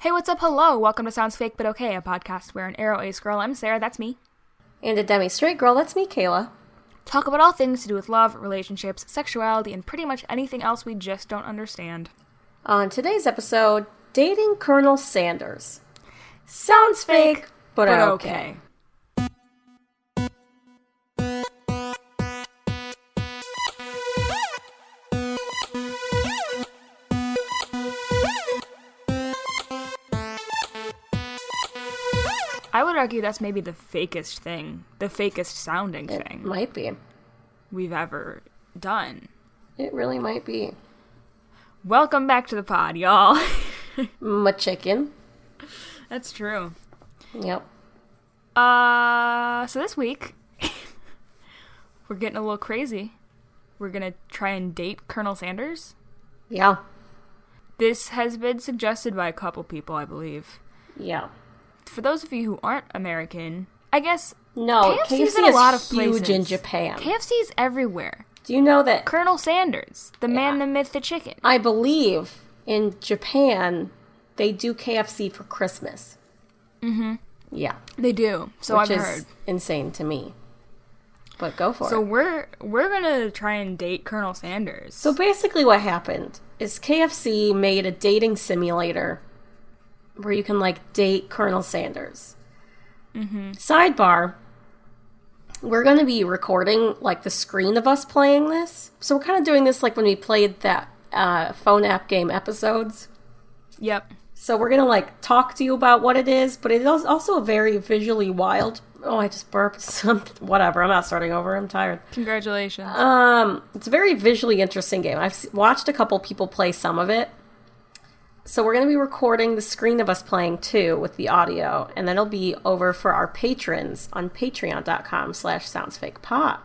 Hey, what's up? Hello. Welcome to Sounds Fake But Okay, a podcast where an arrow ace girl, I'm Sarah, that's me, And a demi straight girl, that's me, Kayla. talk about all things to do with love, relationships, sexuality, and pretty much anything else we just don't understand. On today's episode, dating Colonel Sanders. Sounds fake, but, okay. I would argue that's maybe the fakest thing, the fakest sounding It thing might be. we've ever done. It really might be. Welcome back to the pod, y'all. My chicken. that's true. Yep. Uh, so this week we're getting a little crazy. We're gonna try and date Colonel Sanders. Yeah. This has been suggested by a couple people, I believe. Yeah. For those of you who aren't American, I guess No, KFC KFC is is in a lot of huge in places. Japan. KFC's everywhere. Do you know that Colonel Sanders, the man, the myth, the chicken. I believe in Japan they do KFC for Christmas? Mm-hmm. Yeah. They do. So which Oh, I've is heard. insane to me. But go for So it. we're we're gonna try and date Colonel Sanders. So basically, what happened is KFC made a dating simulator where you can like date Colonel Sanders. Mm-hmm. Sidebar: We're going to be recording like the screen of us playing this, so we're kind of doing this like when we played that uh, phone app game episodes. yep. So we're gonna like talk to you about what it is, but it is also very visually wild. Oh, I just burped something. Whatever. I'm not starting over. I'm tired. Congratulations. Um, it's a very visually interesting game. I've s- watched a couple people play some of it. So we're going to be recording the screen of us playing too with the audio, and then it'll be over for our patrons on patreon.com slash soundsfakepod.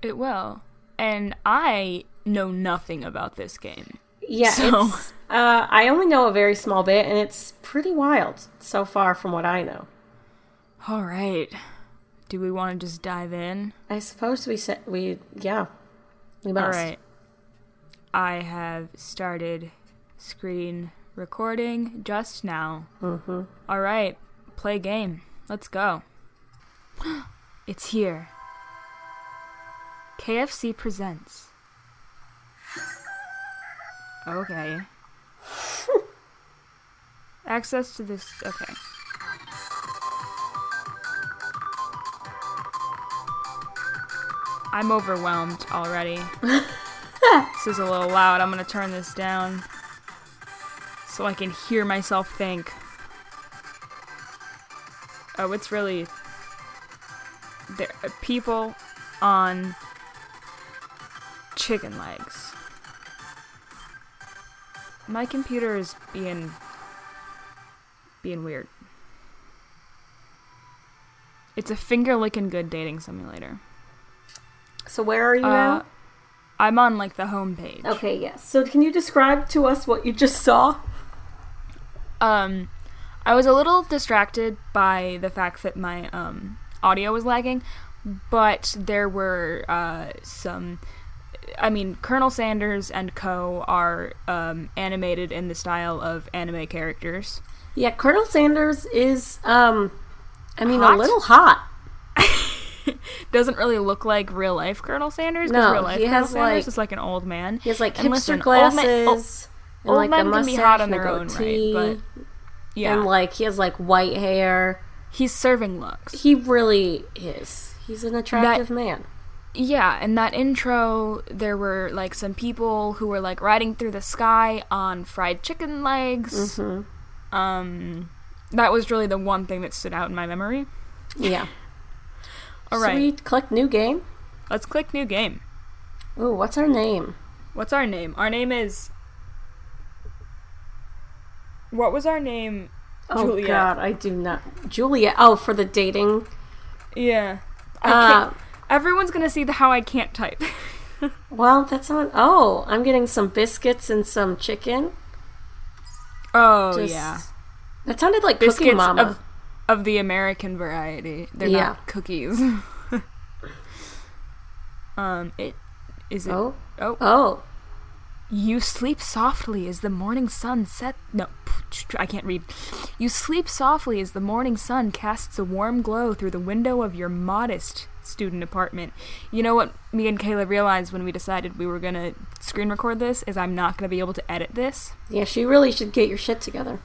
it will. And I know nothing about this game. Yeah, So- it's, uh, I only know a very small bit, and it's pretty wild so far from what I know. All right. Do we want to just dive in? I suppose we said we yeah we must. All right. I have started screen recording just now. Mm-hmm. right. Play game. Let's go. it's here. KFC presents. Okay. Access to this. Okay. I'm overwhelmed already. this is a little loud. I'm gonna turn this down so I can hear myself think. Oh, it's really. There, uh, people on chicken legs. My computer is being being weird. It's a finger licking good dating simulator. So where are you Uh, I'm on like the homepage. now? Okay, yes. So can you describe to us what you just saw? Um, I was a little distracted by the fact that my um audio was lagging, but there were uh some. I mean, Colonel Sanders and Co. are um, animated in the style of anime characters. Yeah, Colonel Sanders is, um, I mean, Hot? a little hot. Doesn't really look like real life Colonel Sanders. 'cause No, real life he Colonel has, Sanders like- is like an old man. He has like hipster And listen, old men- oh, glasses. and, old like, the men can be hot mustache on and a their own, right, goatee, but- yeah, And like he has like white hair. he's serving looks. He really is. He's an attractive man. Yeah, in that intro, there were like some people who were like riding through the sky on fried chicken legs. Mm-hmm. Um, that was really the one thing that stood out in my memory. Yeah. All So we right, click new game. let's click new game. Ooh, what's our name? What's our name? Our name is. What was our name? Oh Juliet. God, I do not. Juliet. Oh, for the dating. Yeah. I Uh, can't- Everyone's gonna see the how I can't type. well, that's on. Oh, I'm getting some biscuits and some chicken. oh Just- yeah, That sounded like biscuits Cooking Mama. of of the American variety. They're Yeah. not cookies. um, it is it. Oh, Oh, oh, You sleep softly as the morning sun set. No, I can't read. You sleep softly as the morning sun casts a warm glow through the window of your modest student apartment. You know what me and Kayla realized when we decided we were gonna screen record this is I'm not gonna be able to edit this. Yeah, she really should get your shit together.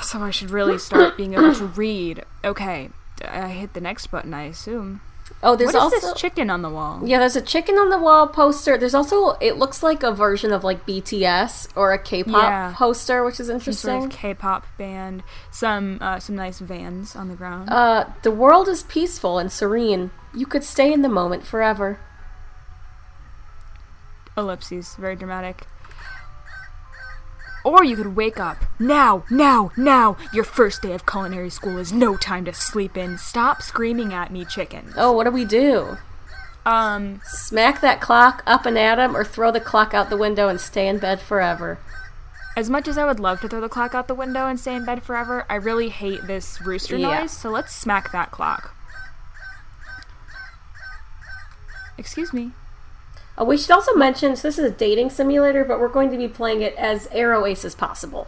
So I should really start being able to read. Okay, I hit the next button, I assume. Oh, there's What is also this chicken on the wall? yeah, there's a chicken on the wall poster. There's also it looks like a version of like BTS or a K-pop Yeah. poster, which is Some sort interesting. of K-pop band. Some uh, some nice vans on the ground. Uh, the world is peaceful and serene. You could stay in the moment forever. Oh. Ellipses, very dramatic. Or you could wake up. Now, now, now! Your first day of culinary school is no time to sleep in. Stop screaming at me, chicken. Oh, what do we do? Um, Smack that clock up and at 'em, or throw the clock out the window and stay in bed forever. as much as I would love to throw the clock out the window and stay in bed forever, I really hate this rooster Yeah. noise, so let's smack that clock. Excuse me. Uh, we should also mention so this is a dating simulator, but we're going to be playing it as aeroace as possible.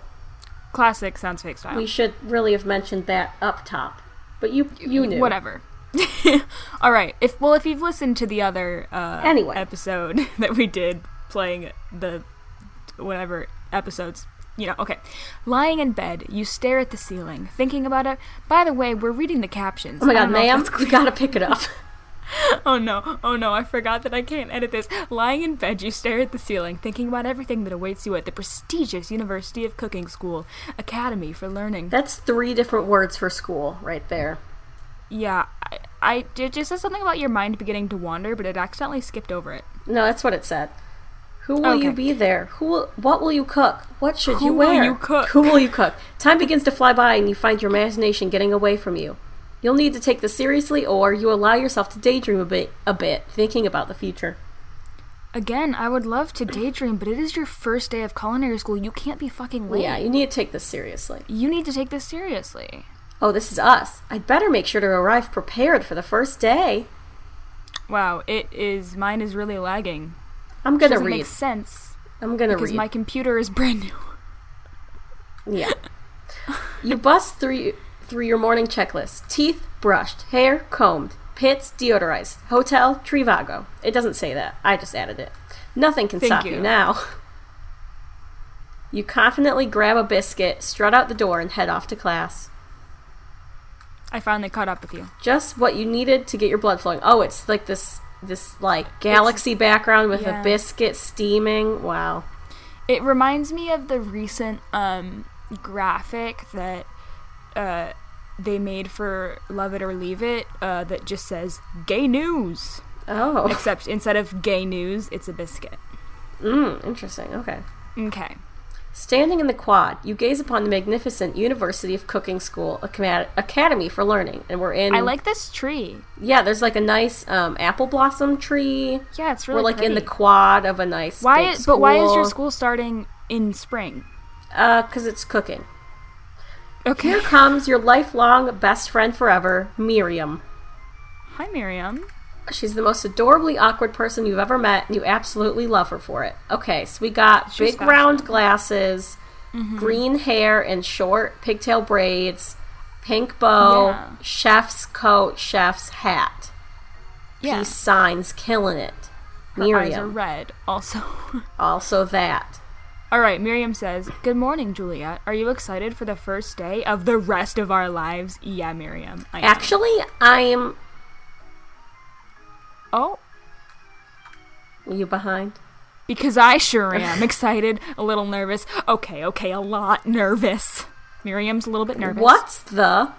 Classic sounds fake style. We should really have mentioned that up top, but you you knew whatever. All right. If well, if you've listened to the other uh, Anyway. episode that we did playing the whatever episodes, you know. Okay, lying in bed, you stare at the ceiling, thinking about it. By the way, we're reading the captions. Oh my I god, don't know if ma'am, that's- you gotta pick it up. Oh no! Oh no! I forgot that I can't edit this. Lying in bed, you stare at the ceiling, thinking about everything that awaits you at the prestigious University of Cooking School Academy for Learning. That's three different words for school right there. Yeah, I, I it just says something about your mind beginning to wander, but it accidentally skipped over it. No, that's what it said. Who will you Okay. be there? Who? Will, what will you cook? What should you Who will wear? you cook? Who will you cook? Time begins to fly by, and you find your imagination getting away from you. You'll need to take this seriously, or you allow yourself to daydream a bit, a bit, thinking about the future. Again, I would love to daydream, but it is your first day of culinary school. You can't be fucking late. Yeah, you need to take this seriously. You need to take this seriously. Oh, this is us. I'd better make sure to arrive prepared for the first day. Wow, it is. Mine is really lagging. I'm gonna Doesn't read. make sense I'm gonna because read. my computer is brand new. Yeah. you bust through through your morning checklist: teeth brushed, hair combed, pits deodorized, hotel Trivago. It doesn't say that. I just added it. Nothing can Thank stop you. you. now. You confidently grab a biscuit, strut out the door, and head off to class. I finally caught up with you. Just what you needed to get your blood flowing. Oh, it's like this this like galaxy background with yeah. a biscuit steaming. Wow. It reminds me of the recent um, graphic that uh, they made for Love It or Leave It uh, that just says "Gay News," Oh. except instead of "Gay News," it's a biscuit. Mm. Mm, interesting. Okay. Okay. Standing in the quad, you gaze upon the magnificent University of Cooking School Acma- Academy for Learning, and we're in. I like this tree. Yeah, there's like a nice um, apple blossom tree. Yeah, it's really. we're like in the pretty. quad of a nice. Why? big Is, but why is your school school? starting in spring? Because it's cooking. Okay. Here comes your lifelong best friend forever, Miriam. Hi, Miriam. She's the most adorably awkward person you've ever met, and you absolutely love her for it. Okay, so we got She's Mm-hmm. big round glasses, green hair, and short pigtail braids, pink bow, Yeah. chef's coat, chef's hat. Yeah. Peace signs, killing it. Her eyes are Miriam, red. Also. also that. All right. Miriam says, "Good morning, Juliet. Are you excited for the first day of the rest of our lives?" Yeah, Miriam. I am. Actually, I'm. Oh, You behind? because I sure am excited. A little nervous. Okay. Okay. A lot nervous. Miriam's a little bit nervous. What's the?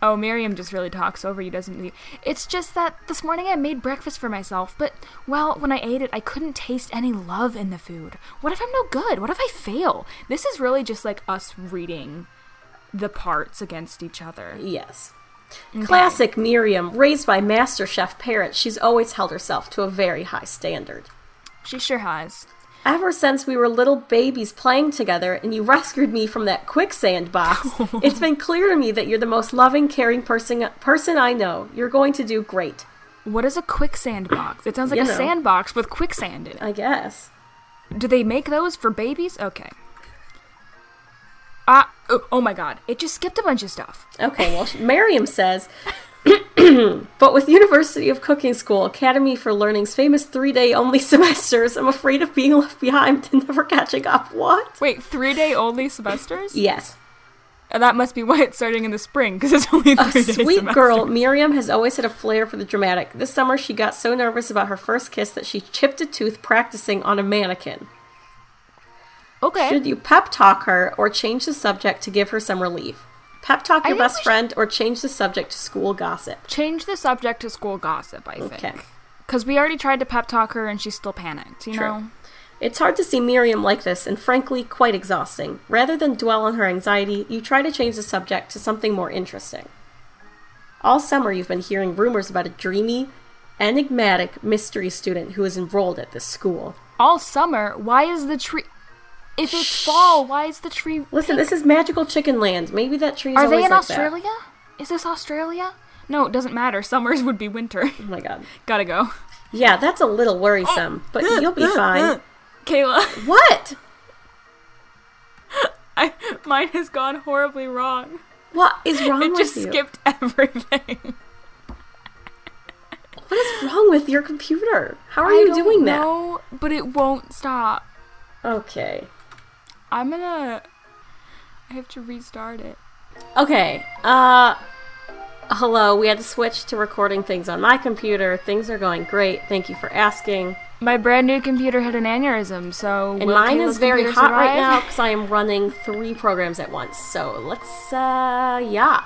Oh, Miriam just really talks over you, doesn't he? It's just that this morning I made breakfast for myself, but, well, when I ate it, I couldn't taste any love in the food. What if I'm no good? What if I fail? This is really just like us reading the parts against each other. Yes. Classic Miriam, raised by master chef parents, she's always held herself to a very high standard. She sure has. Ever since we were little babies playing together and you rescued me from that quicksand box, it's been clear to me that you're the most loving, caring person person I know. You're going to do great, What is a quicksand box? It sounds like You a know. sandbox with quicksand in it. I guess. Do they make those for babies? Okay. Ah, oh, oh my god. It just skipped a bunch of stuff. Okay, well, Merriam says, but with University of Cooking School, Academy for Learning's famous three day only semesters, I'm afraid of being left behind and never catching up. What? Wait, three day only semesters? Yes. Uh, That must be why it's starting in the spring, because it's only A three days. sweet girl, Miriam has always had a flair for the dramatic. This summer, she got so nervous about her first kiss that she chipped a tooth practicing on a mannequin. Okay. Should you pep talk her or change the subject to give her some relief? Pep talk your think we best should- friend or change the subject to school gossip. Change the subject to school gossip, I think. Okay. Because we already tried to pep talk her and she's still panicked, you True. know? It's hard to see Miriam like this and frankly quite exhausting. Rather than dwell on her anxiety, you try to change the subject to something more interesting. All summer you've been hearing rumors about a dreamy, enigmatic mystery student who is enrolled at this school. All summer, why is the tree. If it's fall, why is the tree. Listen, this is magical chicken land. Maybe that tree is Are they always in like that. Australia? Is this Australia? No, it doesn't matter. Summers would be winter. Oh my god. Gotta go. Yeah, that's a little worrisome, Oh, but you'll be fine. Kayla, What? I, mine has gone horribly wrong. What is wrong It with just you? skipped everything. What is wrong with your computer? How are I you don't doing know, but it won't stop. that? Okay. I'm gonna. I have to restart it. Okay. Uh hello, we had to switch to recording things on my computer. Things are going great. Thank you for asking. My brand new computer had an aneurysm, so And will mine Kayla's is very hot computer right survive? now cuz I am running 3 programs at once. So, let's uh yeah.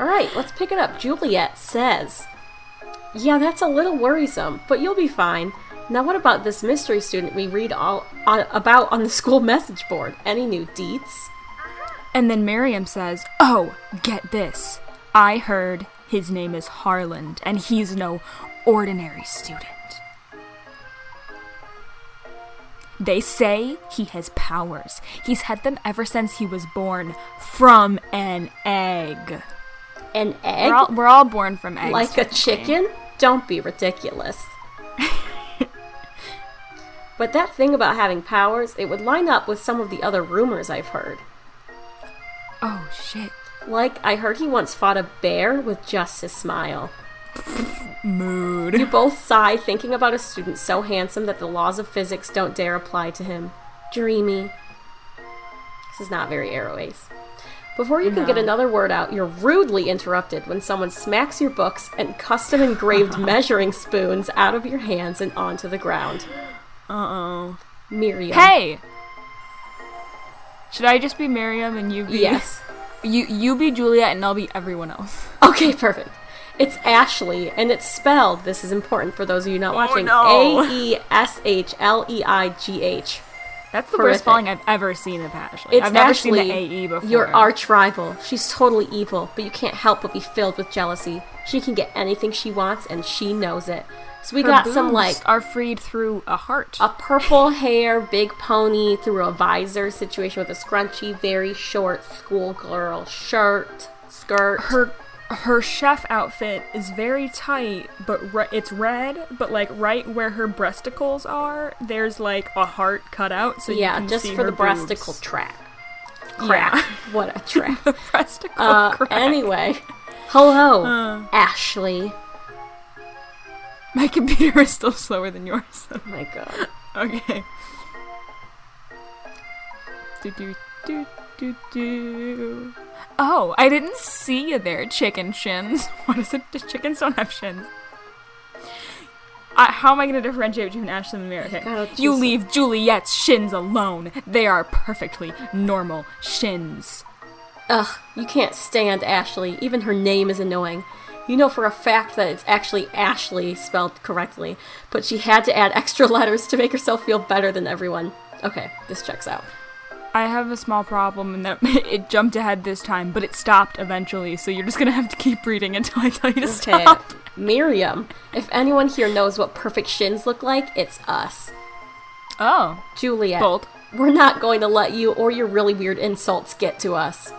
All right, let's pick it up. Juliet says, "Yeah, that's a little worrisome, but you'll be fine." Now, what about this mystery student we read all on, about on the school message board? Any new deets? And then Miriam says, "Oh, get this! I heard his name is Harland, and he's no ordinary student. They say he has powers. He's had them ever since he was born from an egg. An egg? We're all, we're all born from eggs. like a technically. chicken? Don't be ridiculous. but that thing about having powers, it would line up with some of the other rumors I've heard. Oh shit! Like, I heard he once fought a bear with just his smile. Mood." You both sigh thinking about a student so handsome that the laws of physics don't dare apply to him. Dreamy. This is not very airways. Before you can get another word out, you're rudely interrupted when someone smacks your books and custom engraved measuring spoons out of your hands and onto the ground. Uh oh. Miriam. Hey. Should I just be Miriam and you be Yes. you you be Juliet and I'll be everyone else? Okay, perfect. It's Ashley, and it's spelled, this is important for those of you not watching, Oh, no. A E S H L E I G H. That's the Horrific. worst spelling I've ever seen of Ashley. It's I've never Ashley, seen the AE before. Your arch rival. She's totally evil, but you can't help but be filled with jealousy. She can get anything she wants, and she knows it. So we Her got some boobs like are freed through a heart. a purple hair, big pony through a visor situation with a scrunchy, very short schoolgirl shirt, skirt. her her chef outfit is very tight, but re- it's red. But like right where her breasticles are, there's like a heart cut out, so you yeah, can just see for her the breasticle boobs. track. Yeah. Crack. What a track. the breasticle Uh, crack. Uh, Anyway, hello, Ashley. My computer is still slower than yours. Oh my god. Okay. Do, do, do, do, do. Oh, I didn't see you there, chicken shins. What is it? The chickens don't have shins. I, how am I going to differentiate between Ashley and Mary? gotta Okay. choose You some- leave Juliet's shins alone. They are perfectly normal shins. Ugh, you can't stand Ashley. Even her name is annoying. You know for a fact that it's actually Ashley spelled correctly, but she had to add extra letters to make herself feel better than everyone. Okay, this checks out. I have a small problem in that it jumped ahead this time, but it stopped eventually, so you're just going to have to keep reading until I tell you to Okay, stop. Miriam. If anyone here knows what perfect shins look like, it's us. Oh. Juliet. Bold. We're not going to let you or your really weird insults get to us.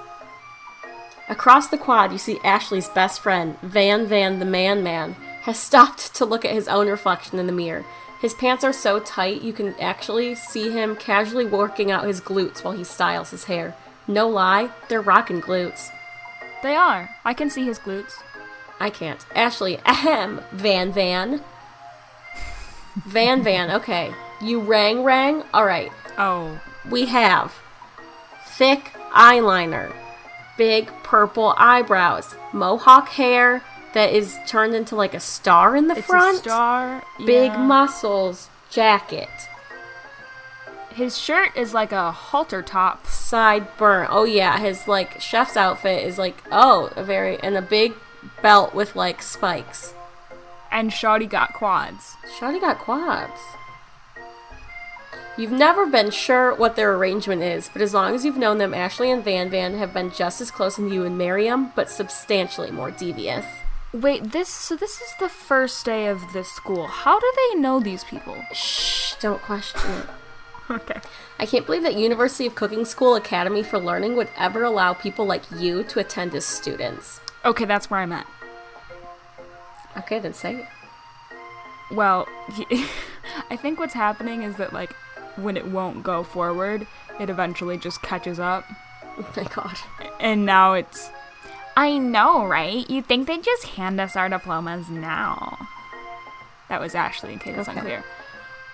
Across the quad, you see Ashley's best friend, Van Van the Man Man, has stopped to look at his own reflection in the mirror. His pants are so tight you can actually see him casually working out his glutes while he styles his hair. No lie, they're rockin' glutes. They are. I can see his glutes. I can't. Ashley, ahem, Van Van. Van Van, okay. You rang rang? Alright. Oh. We have thick eyeliner, big purple eyebrows, mohawk hair that is turned into like a star in the It's front, a star. big yeah. muscles, jacket, His shirt is like a halter top. sideburn. Oh yeah, his like chef's outfit is like oh, a very and a big belt with like spikes. And Shawty got quads. Shawty got quads. You've never been sure what their arrangement is, but as long as you've known them, Ashley and Van Van have been just as close as you and Miriam, but substantially more devious. Wait, this so this is the first day of this school. How do they know these people? Shh, don't question it. Okay. I can't believe that University of Cooking School Academy for Learning would ever allow people like you to attend as students. Okay, that's where I'm at. Okay, then say it. Well, I think what's happening is that like when it won't go forward, it eventually just catches up. Oh my god. And now it's I know, right? You think they just hand us our diplomas now. That was Ashley in case it's Okay. unclear.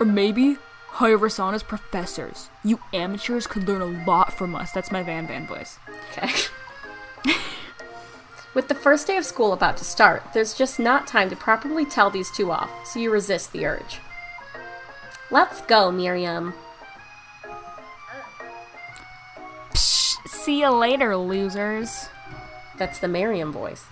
Or maybe hire us on as professors. You amateurs could learn a lot from us. That's my Van Van voice. Okay. With the first day of school about to start, there's just not time to properly tell these two off, so you resist the urge. Let's go, Miriam. Psh, see you later, losers. That's the Miriam voice.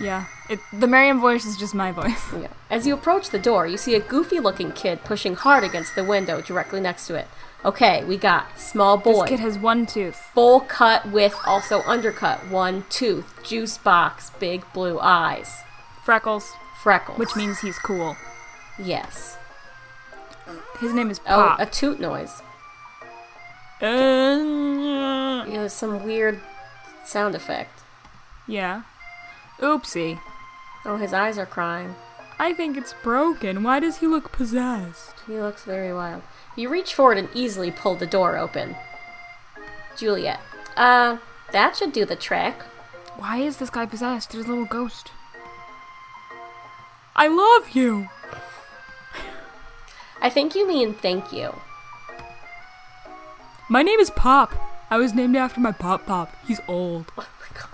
Yeah, it, the Miriam voice is just my voice. Yeah. As you approach the door, you see a goofy looking kid pushing hard against the window directly next to it. Okay, we got small boy. This kid has one tooth. Bowl cut with also undercut, one tooth, juice box, big blue eyes, Freckles, freckles. which means he's cool. yes. His name is Oh, Pop. a toot noise. Uh, You know, some weird sound effect. yeah. Oopsie. Oh, his eyes are crying. I think it's broken. Why does he look possessed? He looks very wild. You reach forward and easily pull the door open. Juliet. Uh, that should do the trick. Why is this guy possessed? There's a little ghost. I love you. I think you mean thank you. My name is Pop. I was named after my pop pop. He's old. Oh my god.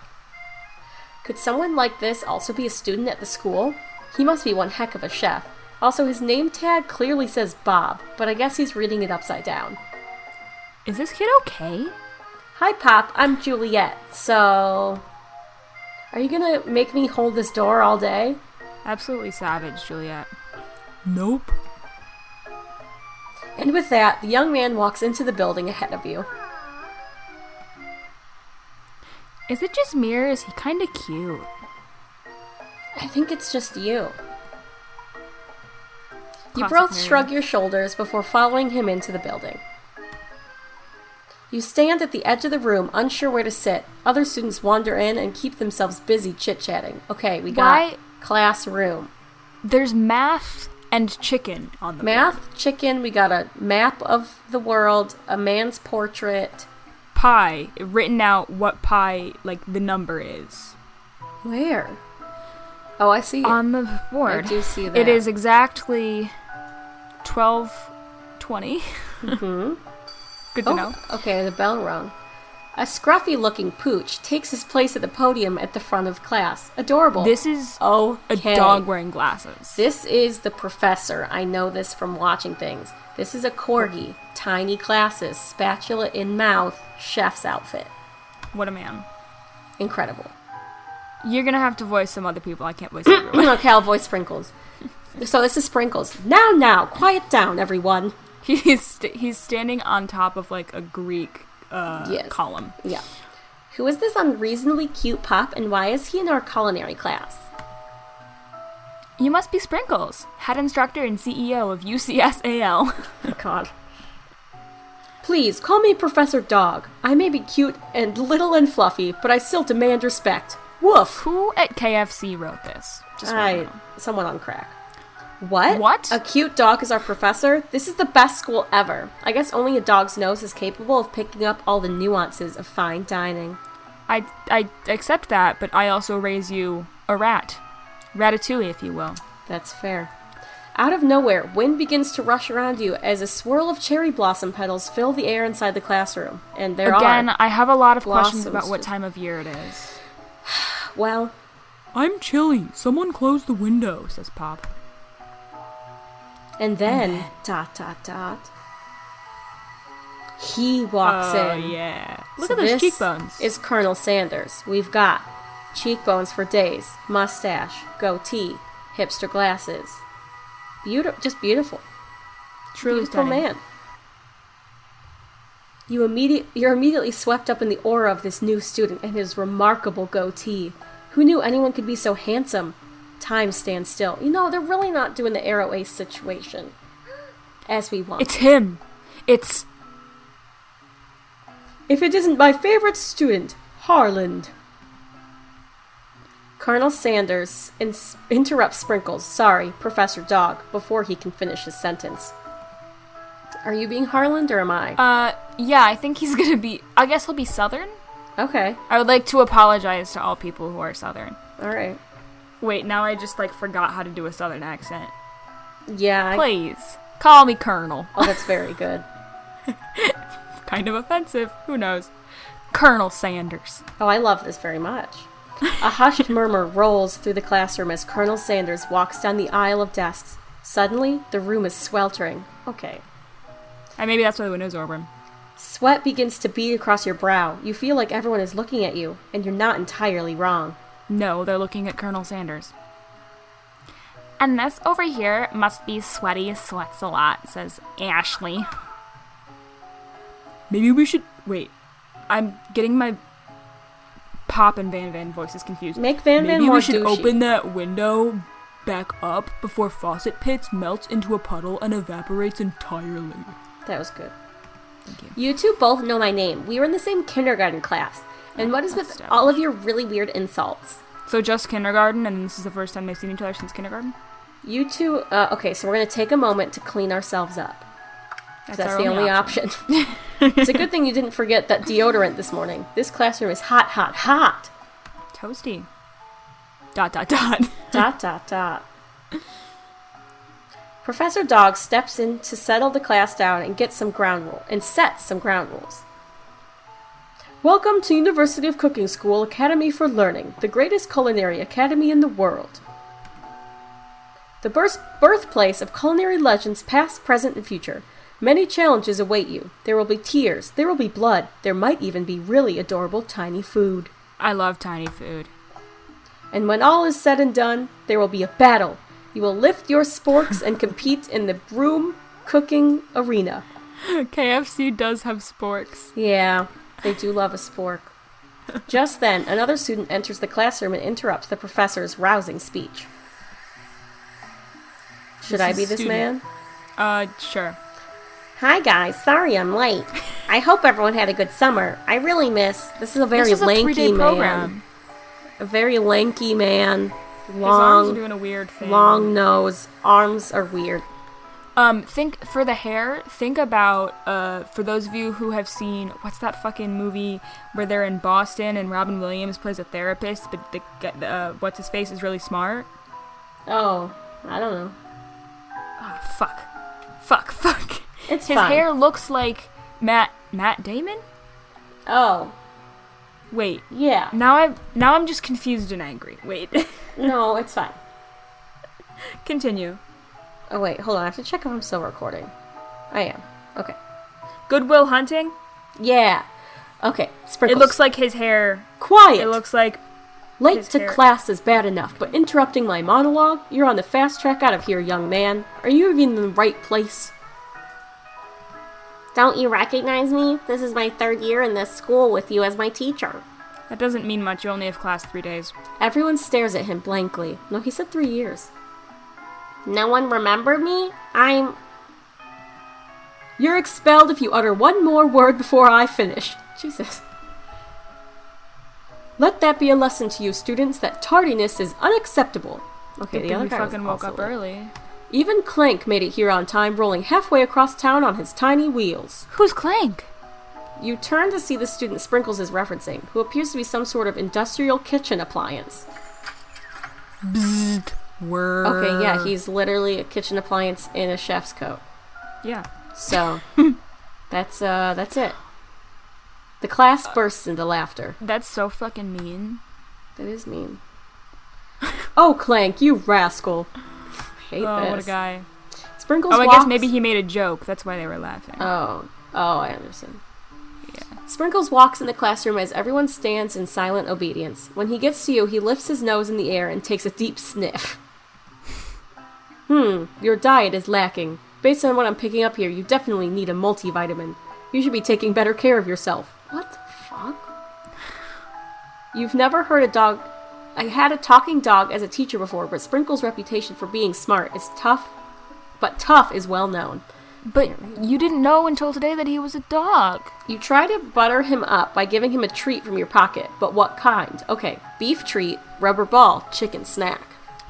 Could someone like this also be a student at the school? He must be one heck of a chef. Also, his name tag clearly says Bob, but I guess he's reading it upside down. Is this kid okay? Hi, Pop. I'm Juliet. So. Are you gonna make me hold this door all day? Absolutely savage, Juliet. Nope. And with that, the young man walks into the building ahead of you. Is it just me or is he kind of cute? I think it's just you. You Classic both Mary. shrug your shoulders before following him into the building. You stand at the edge of the room, unsure where to sit. Other students wander in and keep themselves busy chit chatting. Okay, we got Why- classroom. There's math and chicken on the board. Math, chicken, we got a map of the world, a man's portrait. pie written out what pie like the number is Where? Oh, I see. it. on the board. I do see that. It is exactly twelve twenty. Good to Mm-hmm. Oh, know. okay, the bell rung. A scruffy looking pooch takes his place at the podium at the front of class. Adorable. This is oh a dog wearing glasses. This is the professor. I know this from watching things. This is a corgi, tiny glasses, spatula in mouth, chef's outfit. What a man! Incredible. You're gonna have to voice some other people. I can't voice everyone. okay, I'll voice Sprinkles. So this is Sprinkles. Now, now, quiet down, everyone. he's st- he's standing on top of like a Greek uh, Yes. column. Yeah. Who is this unreasonably cute pup, and why is he in our culinary class? You must be Sprinkles, head instructor and CEO of UCSAL. God. Please call me Professor Dog. I may be cute and little and fluffy, but I still demand respect. Woof. Who at KFC wrote this? Just wanna I know. someone on crack. What? What? A cute dog is our professor? This is the best school ever. I guess only a dog's nose is capable of picking up all the nuances of fine dining. I, I accept that, but I also raise you a rat. Ratatouille, if you will. That's fair. Out of nowhere, wind begins to rush around you as a swirl of cherry blossom petals fill the air inside the classroom. And there Again, are. I have a lot of questions Blossoms about what just- time of year it is. Well, I'm chilly. Someone close the window, says Pop. and then. dot, dot, dot. He walks Oh, in. yeah. Look So at those this cheekbones. Is Colonel Sanders. We've got cheekbones for days, mustache, goatee, hipster glasses. Beautiful, just beautiful. truly beautiful stunning. man. You immediate, you're immediately swept up in the aura of this new student and his remarkable goatee. Who knew anyone could be so handsome? Time stands still. You know, they're really not doing the arrow ace situation as we want. It's him. It's If it isn't my favorite student, Harland. Colonel Sanders ins- interrupts Sprinkles, sorry, Professor Dog, before he can finish his sentence. Are you being Harland or am I? uh yeah, I think he's gonna be I guess he'll be Southern. okay, I would like to apologize to all people who are Southern. alright. Wait, now I just like forgot how to do a Southern accent. Yeah, I- Please. Call me Colonel. oh, that's very good. kind of offensive. Who knows? Colonel Sanders. Oh, I love this very much. A hushed murmur rolls through the classroom as Colonel Sanders walks down the aisle of desks. Suddenly, the room is sweltering. Okay, And Uh, maybe that's why the window's open. Sweat begins to bead across your brow. You feel like everyone is looking at you, and you're not entirely wrong. No, they're looking at Colonel Sanders. And this over here must be sweaty, sweats a lot, says Ashley. Maybe we should. Wait. I'm getting my Pop and Van Van voices confused. Make Van Van Maybe more we should douchey. open that window back up before Fawcett Pits melts into a puddle and evaporates entirely. That was good. Thank you. You two both know my name. We were in the same kindergarten class. And what is with Established. all of your really weird insults? So just kindergarten, and this is the first time they've seen each other since kindergarten. You two, uh, okay, so we're going to take a moment to clean ourselves up. 'cause That's, our the only, option. it's a good thing you didn't forget that deodorant this morning. This classroom is hot, hot, hot. Toasty. Dot dot dot. dot dot dot. Professor Dog steps in to settle the class down and get some ground rule and sets some ground rules. Welcome to University of Cooking School Academy for Learning, the greatest culinary academy in the world. The birth- birthplace of culinary legends past, present, and future. Many challenges await you. There will be tears, there will be blood, there might even be really adorable tiny food. I love tiny food. And when all is said and done, there will be a battle. You will lift your sporks and compete in the broom cooking arena. KFC does have sporks. Yeah, they do love a spork. Just then, another student enters the classroom and interrupts the professor's rousing speech. Should This I is be this student. man? Uh, sure. Hi guys, sorry I'm late. I hope everyone had a good summer. I really miss. This is a very this is a lanky three-day man. program. A very lanky man. His arms are Long, doing a weird thing. long nose. Arms are weird. Um, think for the hair. Think about uh, for those of you who have seen what's that fucking movie where they're in Boston and Robin Williams plays a therapist, but the g- uh, what's his face is really smart. Oh, I don't know. Ah, fuck, fuck, fuck. It's His fine. hair looks like Matt Matt Damon. Oh, Wait, yeah. now I'm now I'm just confused and angry. Wait, No, it's fine. continue. Oh wait, hold on. I have to check if I'm still recording. I am. Okay. Goodwill Hunting. Yeah. Okay. Sprinkles. It looks like his hair. quiet. It looks like late his to hair- class is bad enough, but interrupting my monologue. You're on the fast track out of here, young man. Are you even in the right place? Don't you recognize me? This is my third year in this school with you as my teacher. that doesn't mean much. You only have class three days. Everyone stares at him blankly. No, he said three years. No one remembered me? I'm. You're expelled if you utter one more word before I finish. Jesus. Let that be a lesson to you, students, that tardiness is unacceptable. Okay, Good the thing other we guy was fucking woke also up late. early. Even Clank made it here on time, rolling halfway across town on his tiny wheels. Who's Clank? You turn to see the student Sprinkles is referencing, who appears to be some sort of industrial kitchen appliance. Bzzzt. Word. Okay, yeah, Uh. he's literally a kitchen appliance in a chef's coat. Yeah. So that's uh that's it. The class bursts into laughter. That's so fucking mean. That is mean. Oh, Clank, you rascal! I hate Oh, this. what a guy. Sprinkles. Oh, I walks- guess maybe he made a joke. That's why they were laughing. Oh, oh, I understand. Sprinkles walks in the classroom as everyone stands in silent obedience. When he gets to you, he lifts his nose in the air and takes a deep sniff. Hmm, your diet is lacking. Based on what I'm picking up here, you definitely need a multivitamin. You should be taking better care of yourself. What the fuck? You've never heard a dog. I had a talking dog as a teacher before, but Sprinkles' reputation for being smart is tough, but tough is well known. but you didn't know until today that he was a dog. You try to butter him up by giving him a treat from your pocket, but what kind? Okay, beef treat, rubber ball, chicken snack.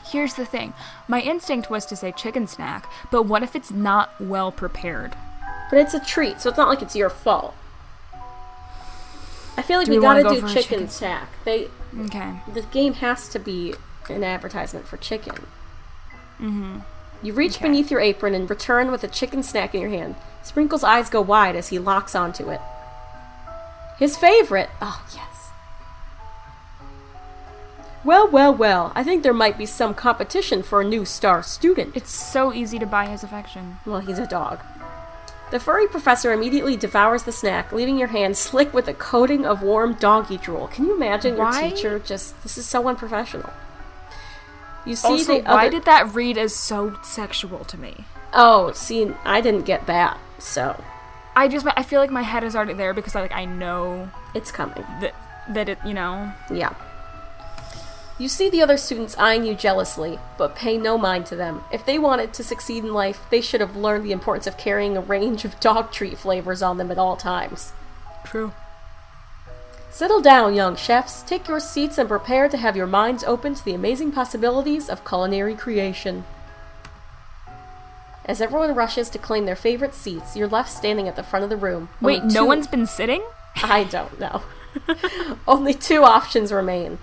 Here's the thing. My instinct was to say chicken snack, but what if it's not well prepared? But it's a treat, so it's not like it's your fault. I feel like Do we, we wanna gotta go do for a chicken, chicken? snack. They Okay. the game has to be an advertisement for chicken. Mm-hmm. You reach beneath your apron and return with a chicken snack in your hand. Sprinkle's eyes go wide as he locks onto it. His favorite. Oh, yes. Well, well, well. I think there might be some competition for a new star student. It's so easy to buy his affection. Well, he's a dog. The furry professor immediately devours the snack, leaving your hand slick with a coating of warm doggy drool. Can you imagine Why? your teacher just this is so unprofessional. You see also, the why other did that read as so sexual to me? Oh, see I didn't get that, so I just I feel like my head is already there because I like I know it's coming. that that it you know Yeah. You see the other students eyeing you jealously, but pay no mind to them. If they wanted to succeed in life, they should have learned the importance of carrying a range of dog treat flavors on them at all times. true. Settle down, young chefs. Take your seats and prepare to have your minds open to the amazing possibilities of culinary creation. As everyone rushes to claim their favorite seats, you're left standing at the front of the room. Wait, Only no two- one's been sitting? I don't know. Only two options remain.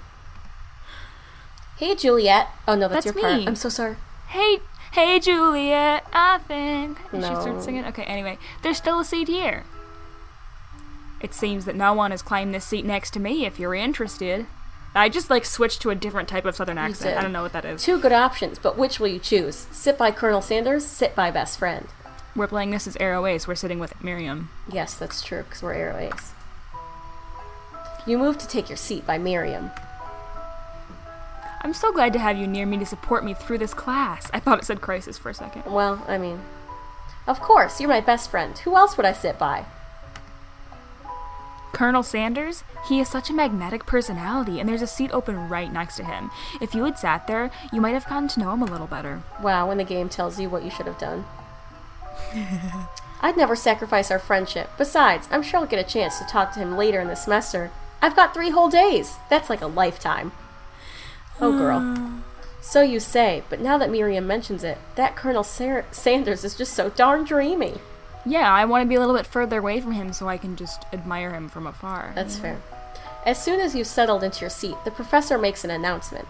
Hey, Juliet. Oh no, that's, That's your part. me. I'm so sorry. Hey, hey Juliet, I think and she No. starts singing. Okay, anyway, there's still a seat here. It seems that no one has claimed this seat next to me. If you're interested, I just like switched to a different type of southern accent. did. I don't know what that is. Two good options, but which will you choose? Sit by Colonel Sanders. Sit by best friend. We're playing this as Airways. We're sitting with Miriam. Yes, that's true, because we're airways. You move to take your seat by Miriam. I'm so glad to have you near me to support me through this class. I thought it said crisis for a second. Well, I mean, of course, you're my best friend. Who else would I sit by? Colonel Sanders, he is such a magnetic personality, and there's a seat open right next to him. If you had sat there, you might have gotten to know him a little better. Wow, when the game tells you what you should have done. I'd never sacrifice our friendship. Besides, I'm sure I'll get a chance to talk to him later in the semester. I've got three whole days. That's like a lifetime. Oh, girl. So you say, but now that Miriam mentions it, that Colonel Sar- Sanders is just so darn dreamy. Yeah, I want to be a little bit further away from him so I can just admire him from afar. That's fair. As soon as you've settled into your seat, the professor makes an announcement.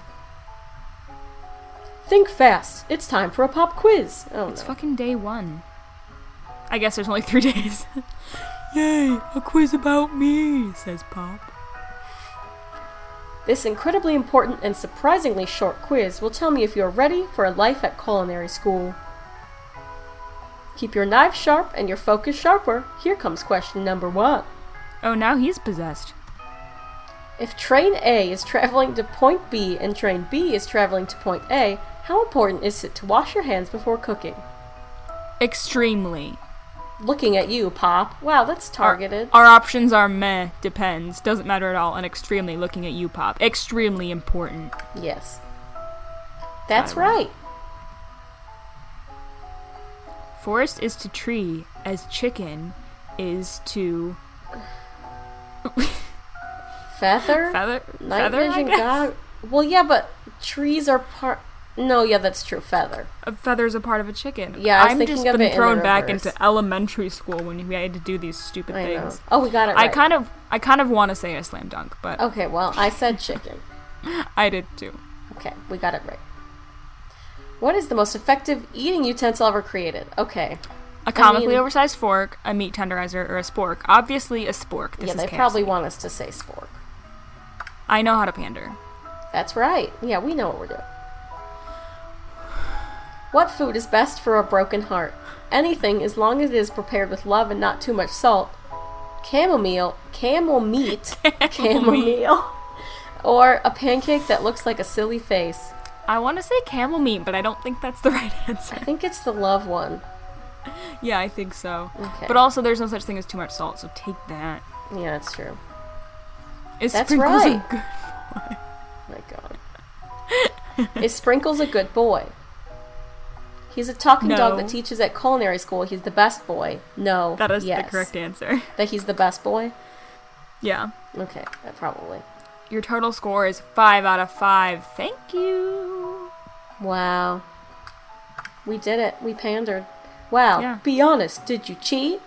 Think fast. It's time for a pop quiz. Oh It's no. fucking day one. I guess there's only three days. Yay, a quiz about me, says Pop. This incredibly important and surprisingly short quiz will tell me if you're ready for a life at culinary school. Keep your knife sharp and your focus sharper. Here comes question number one. Oh, now he's possessed. If train A is traveling to point B and train B is traveling to point A, how important is it to wash your hands before cooking? Extremely. Looking at you, Pop. Wow, that's Our- targeted. Our, options are meh, depends, doesn't matter at all, and extremely looking at you, Pop. Extremely important. Yes. That's Silent. right. Forest is to tree as chicken is to Feather? feather. Night feather, I vision guess? got- Well, yeah, but trees are part. No, yeah, that's true. Feather. A feather's a part of a chicken. Yeah, I was I'm thinking just of been it in thrown the back reverse. into elementary school when we had to do these stupid I know. things. Oh, we got it. I right. Oh, kind of, I kind of want to say a slam dunk, but Okay, well, I said chicken. I did too. Okay, we got it right. What is the most effective eating utensil ever created? Okay, A comically mean- oversized fork, a meat tenderizer, or a spork. Obviously, a spork. This yeah, is they KFC. probably want us to say spork. I know how to pander. That's right. Yeah, we know what we're doing. What food is best for a broken heart? Anything, as long as it is prepared with love and not too much salt. Chamomile, camel meat, chamomile, or a pancake that looks like a silly face. I want to say camel meat, but I don't think that's the right answer. I think it's the love one. Yeah, I think so. Okay. But also, there's no such thing as too much salt, so take that. Yeah, it's true. Is That's sprinkles a right. good- My God. is Sprinkles a good boy? He's a talking dog No. that teaches at culinary school. He's the best boy. No. That is yes. the correct answer. That he's the best boy? Yeah. Okay, that probably. Your total score is five out of five. Thank you. Wow. We did it. We pandered. Wow. Yeah. Be honest. Did you cheat?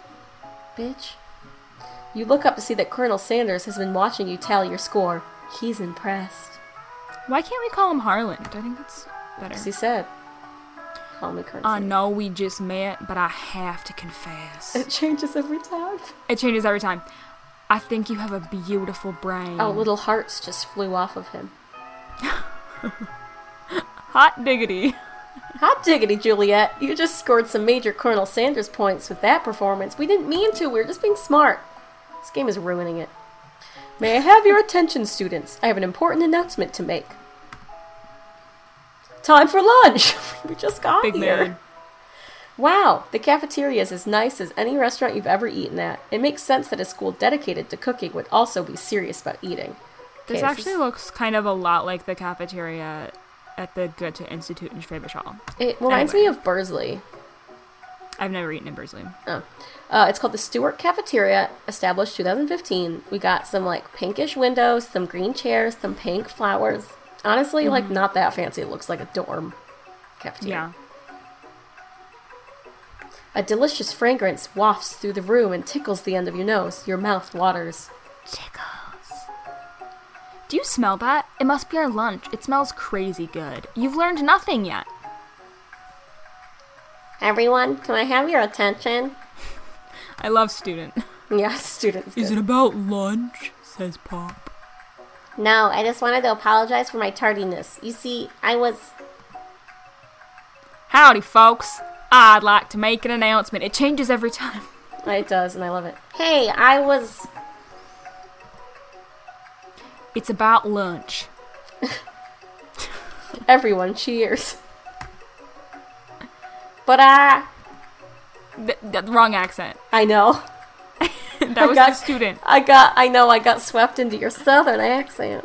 Bitch. You look up to see that Colonel Sanders has been watching you tally your score. He's impressed. Why can't we call him Harland? I think that's better. As he said. Call me Colonel I Sanders. know we just met, but I have to confess. It changes every time. It changes every time. I think you have a beautiful brain. Oh, little hearts just flew off of him. Hot diggity. Hot diggity, Juliet. You just scored some major Colonel Sanders points with that performance. We didn't mean to. We were just being smart. This game is ruining it. May I have your attention, students? I have an important announcement to make. Time for lunch! we just got Big here. man. Wow, the cafeteria is as nice as any restaurant you've ever eaten at. It makes sense that a school dedicated to cooking would also be serious about eating. This Okay, actually looks kind of a lot like the cafeteria at the Goethe Institute in Schwäbisch Hall. It reminds Anyway. me of Bursley. I've never eaten in Bursley. Oh. Uh, it's called the Stewart Cafeteria, established 2015. We got some like pinkish windows, some green chairs, some pink flowers. Honestly, like not that fancy. It looks like a dorm Yeah. cafeteria. A delicious fragrance wafts through the room and tickles the end of your nose. Your mouth waters. Tickles. Do you smell that? It must be our lunch. It smells crazy good. You've learned nothing yet. Everyone, can I have your attention? I love student. Yeah, students. Is good. it about lunch? says Pop. No, I just wanted to apologize for my tardiness. You see, I was. Howdy, folks. I'd like to make an announcement. It changes every time. It does, and I love it. Hey, I was. It's about lunch. Everyone cheers. But I, Th- th- wrong accent. I know. That was got- the student. I got. I know. I got swept into your southern accent.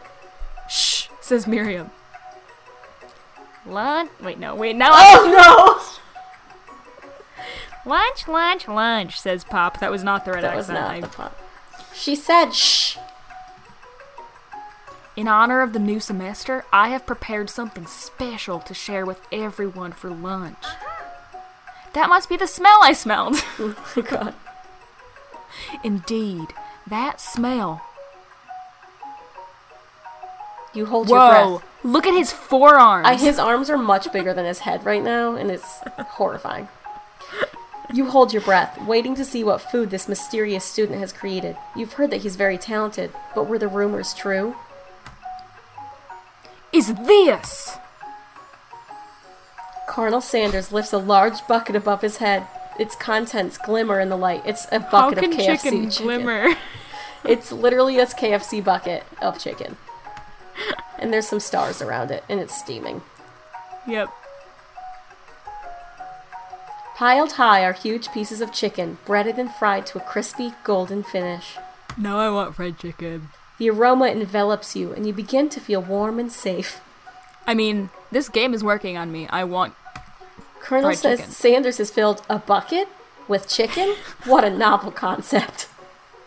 Shh, says Miriam. Lunch. Wait, no, wait, now. Oh no! Lunch, lunch, lunch, says Pop. That was not the right That was accent. not I- the pop. She said, "Shh." In honor of the new semester, I have prepared something special to share with everyone for lunch. That must be the smell I smelled. Oh my god. Indeed, that smell. You hold your Whoa, breath. look at his forearms. I, his arms are much bigger than his head right now, and it's horrifying. You hold your breath, waiting to see what food this mysterious student has created. You've heard that he's very talented, but were the rumors true? Is this? Colonel Sanders lifts a large bucket above his head. Its contents glimmer in the light. It's a How bucket can of KFC chicken, glimmer? It's literally a KFC bucket of chicken. And there's some stars around it, and it's steaming. yep. Piled high are huge pieces of chicken, breaded and fried to a crispy, golden finish. Now I want fried chicken. The aroma envelops you, and you begin to feel warm and safe. I mean, this game is working on me. I want. Colonel Fried says chicken. Sanders has filled a bucket with chicken? what a novel concept.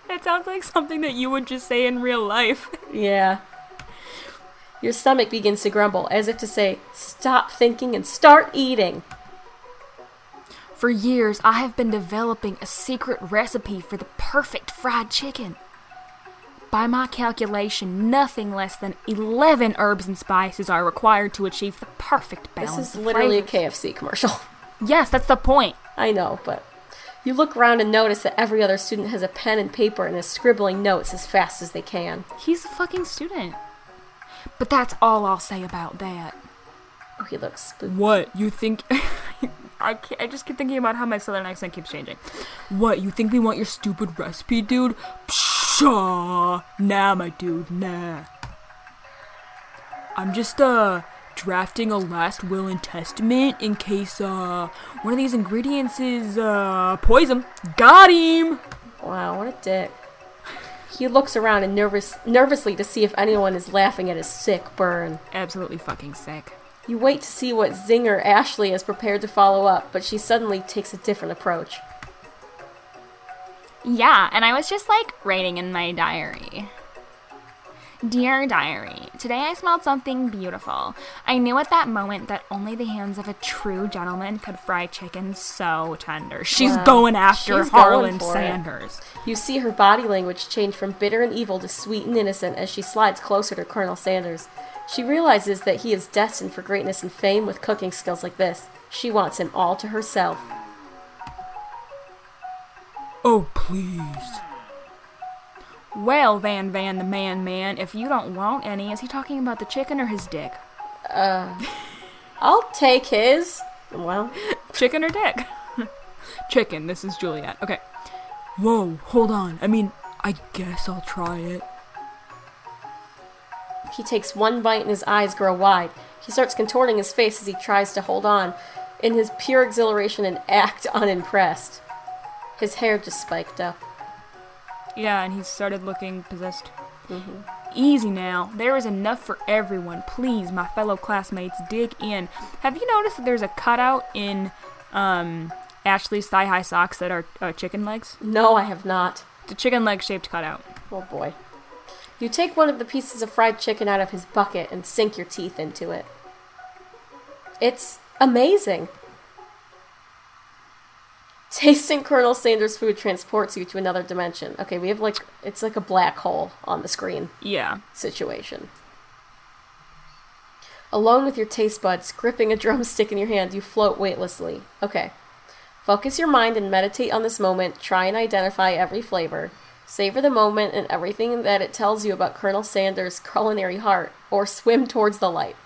That sounds like something that you would just say in real life. Yeah. Your stomach begins to grumble, as if to say, Stop thinking and start eating. For years, I have been developing a secret recipe for the perfect fried chicken. By my calculation, nothing less than 11 herbs and spices are required to achieve the perfect balance. This is of literally a flavors. KFC commercial. Yes, that's the point. I know, but you look around and notice that every other student has a pen and paper and is scribbling notes as fast as they can. He's a fucking student. But that's all I'll say about that. Oh, he looks spooked. What? You think I, can't, I just keep thinking about how my southern accent keeps changing. what? You think we want your stupid recipe, dude? Pshaw. Nah, my dude, nah. I'm just uh drafting a last will and testament in case uh one of these ingredients is uh poison. Got him. Wow, what a dick. He looks around and nervous, nervously to see if anyone is laughing at his sick burn. Absolutely fucking sick. You wait to see what zinger Ashley is prepared to follow up, but she suddenly takes a different approach. Yeah, and I was just like writing in my diary. Dear diary, today I smelled something beautiful. I knew at that moment that only the hands of a true gentleman could fry chicken so tender. She's Wow. going after She's going Harlan for it. Sanders. You see her body language change from bitter and evil to sweet and innocent as she slides closer to Colonel Sanders. She realizes that he is destined for greatness and fame with cooking skills like this. She wants him all to herself. Oh please. Well, Van Van the man man, if you don't want any, is he talking about the chicken or his dick? I'll take his. Well, Chicken or dick? chicken, this is Juliet. Okay. Whoa, hold on. I mean, I guess I'll try it. he takes one bite and his eyes grow wide. He starts contorting his face as he tries to hold on, in his pure exhilaration and act unimpressed. His hair just spiked up. Yeah, and he started looking possessed. Easy now. There is enough for everyone. Please, my fellow classmates, dig in. Have you noticed that there's a cutout in um, Ashley's thigh high socks that are uh, chicken legs? No, I have not. It's a chicken leg shaped cutout. Oh boy. You take one of the pieces of fried chicken out of his bucket and sink your teeth into it. It's amazing. Tasting Colonel Sanders' food transports you to another dimension. Okay, we have like, it's like a black hole on the screen Yeah. situation. Alone with your taste buds, gripping a drumstick in your hand, you float weightlessly. Okay. Focus your mind and meditate on this moment. Try and identify every flavor. Savor the moment and everything that it tells you about Colonel Sanders' culinary heart, or swim towards the light.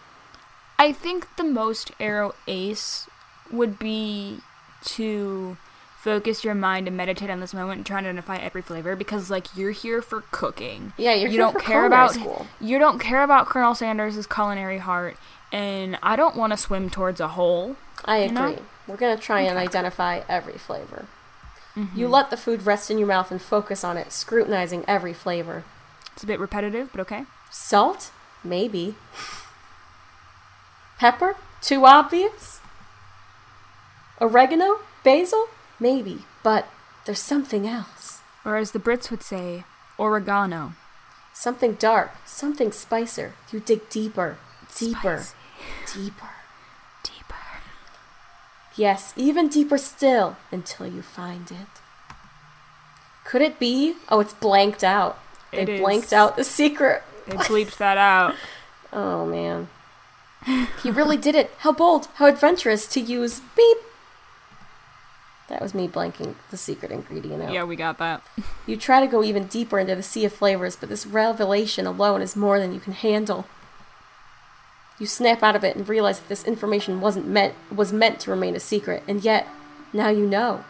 I think the most arrow ace would be to focus your mind and meditate on this moment and try to identify every flavor because like you're here for cooking. Yeah, you're you here don't for care culinary about school. you don't care about Colonel Sanders' culinary heart and I don't want to swim towards a hole. I agree. know? We're going to try and identify every flavor. You let the food rest in your mouth and focus on it, scrutinizing every flavor. It's a bit repetitive, but okay. Salt? Maybe. Pepper? Too obvious? Oregano? Basil? Maybe. But there's something else. Or as the Brits would say, oregano. Something dark. Something spicer. You dig deeper. Deeper. Spicy. Deeper. Deeper. Yes, even deeper still until you find it. Could it be? Oh, it's blanked out. They It is. blanked out the secret. They bleeped that out. Oh, man. He really did it. How bold, how adventurous to use beep. That was me blanking the secret ingredient out. Yeah, we got that. You try to go even deeper into the sea of flavors, but this revelation alone is more than you can handle. You snap out of it and realize that this information wasn't meant was meant to remain a secret, and yet now you know.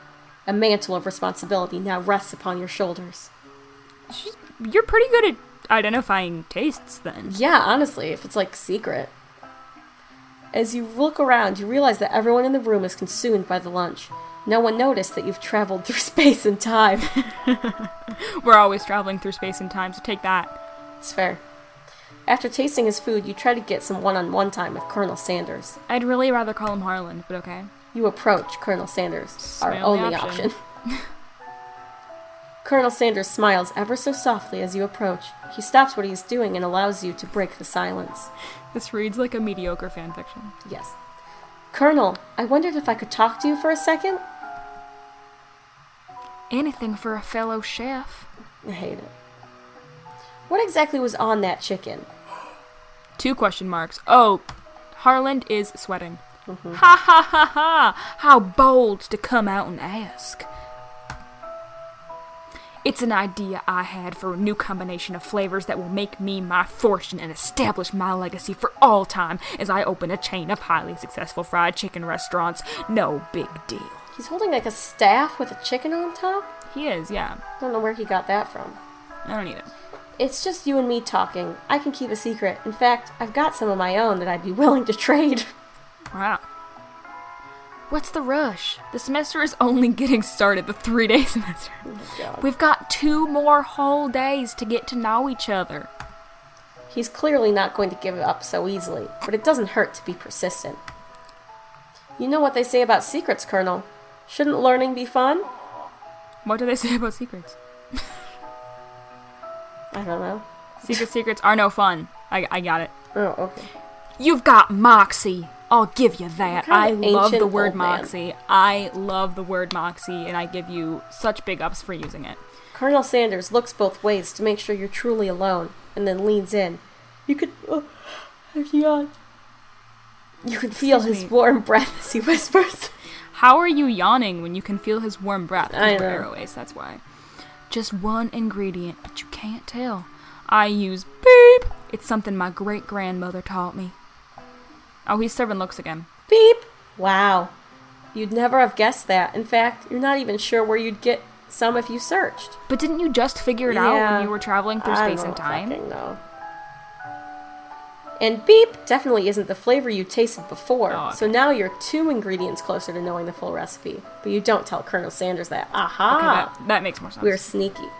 A mantle of responsibility now rests upon your shoulders. She's, you're pretty good at identifying tastes then. Yeah, honestly, if it's like secret. As you look around, you realize that everyone in the room is consumed by the lunch. No one noticed that you've traveled through space and time. We're always traveling through space and time, so take that. it's fair. After tasting his food, you try to get some one on one time with Colonel Sanders. I'd really rather call him Harlan, but okay. You approach Colonel Sanders, It's our my only, only option. option. Colonel Sanders smiles ever so softly as you approach. He stops what he is doing and allows you to break the silence. This reads like a mediocre fanfiction. Yes. Colonel, I wondered if I could talk to you for a second? Anything for a fellow chef. I hate it. What exactly was on that chicken? Two question marks. Oh, Harland is sweating. Ha ha ha ha! How bold to come out and ask. It's an idea I had for a new combination of flavors that will make me my fortune and establish my legacy for all time as I open a chain of highly successful fried chicken restaurants. No big deal. He's holding like a staff with a chicken on top? He is, yeah. I don't know where he got that from. I don't either. It's just you and me talking. I can keep a secret. In fact, I've got some of my own that I'd be willing to trade. Wow. What's the rush? The semester is only getting started, the three day semester. Oh We've got two more whole days to get to know each other. He's clearly not going to give up so easily, but it doesn't hurt to be persistent. You know what they say about secrets, Colonel. Shouldn't learning be fun? What do they say about secrets? I don't know. Secret secrets are no fun. I, I got it. Oh, okay. You've got moxie. I'll give you that. I Kind of love the ancient word old man. moxie. I love the word moxie, and I give you such big ups for using it. Colonel Sanders looks both ways to make sure you're truly alone, and then leans in. You could. Oh, I've yawned. You can feel Excuse his me. warm breath as he whispers. How are you yawning when you can feel his warm breath? 'Cause I we're know. Airways, that's why. Just one ingredient, but you can't tell. I use beep. It's something my great grandmother taught me. Oh, he's serving looks again. Beep! Wow. You'd never have guessed that. In fact, you're not even sure where you'd get some if you searched. But didn't you just figure it out Yeah. when you were traveling through I space don't and time? fucking know. And beep definitely isn't the flavor you tasted before, Oh, okay. so now you're two ingredients closer to knowing the full recipe. But you don't tell Colonel Sanders that. Aha! Okay, that, that makes more sense. We're sneaky.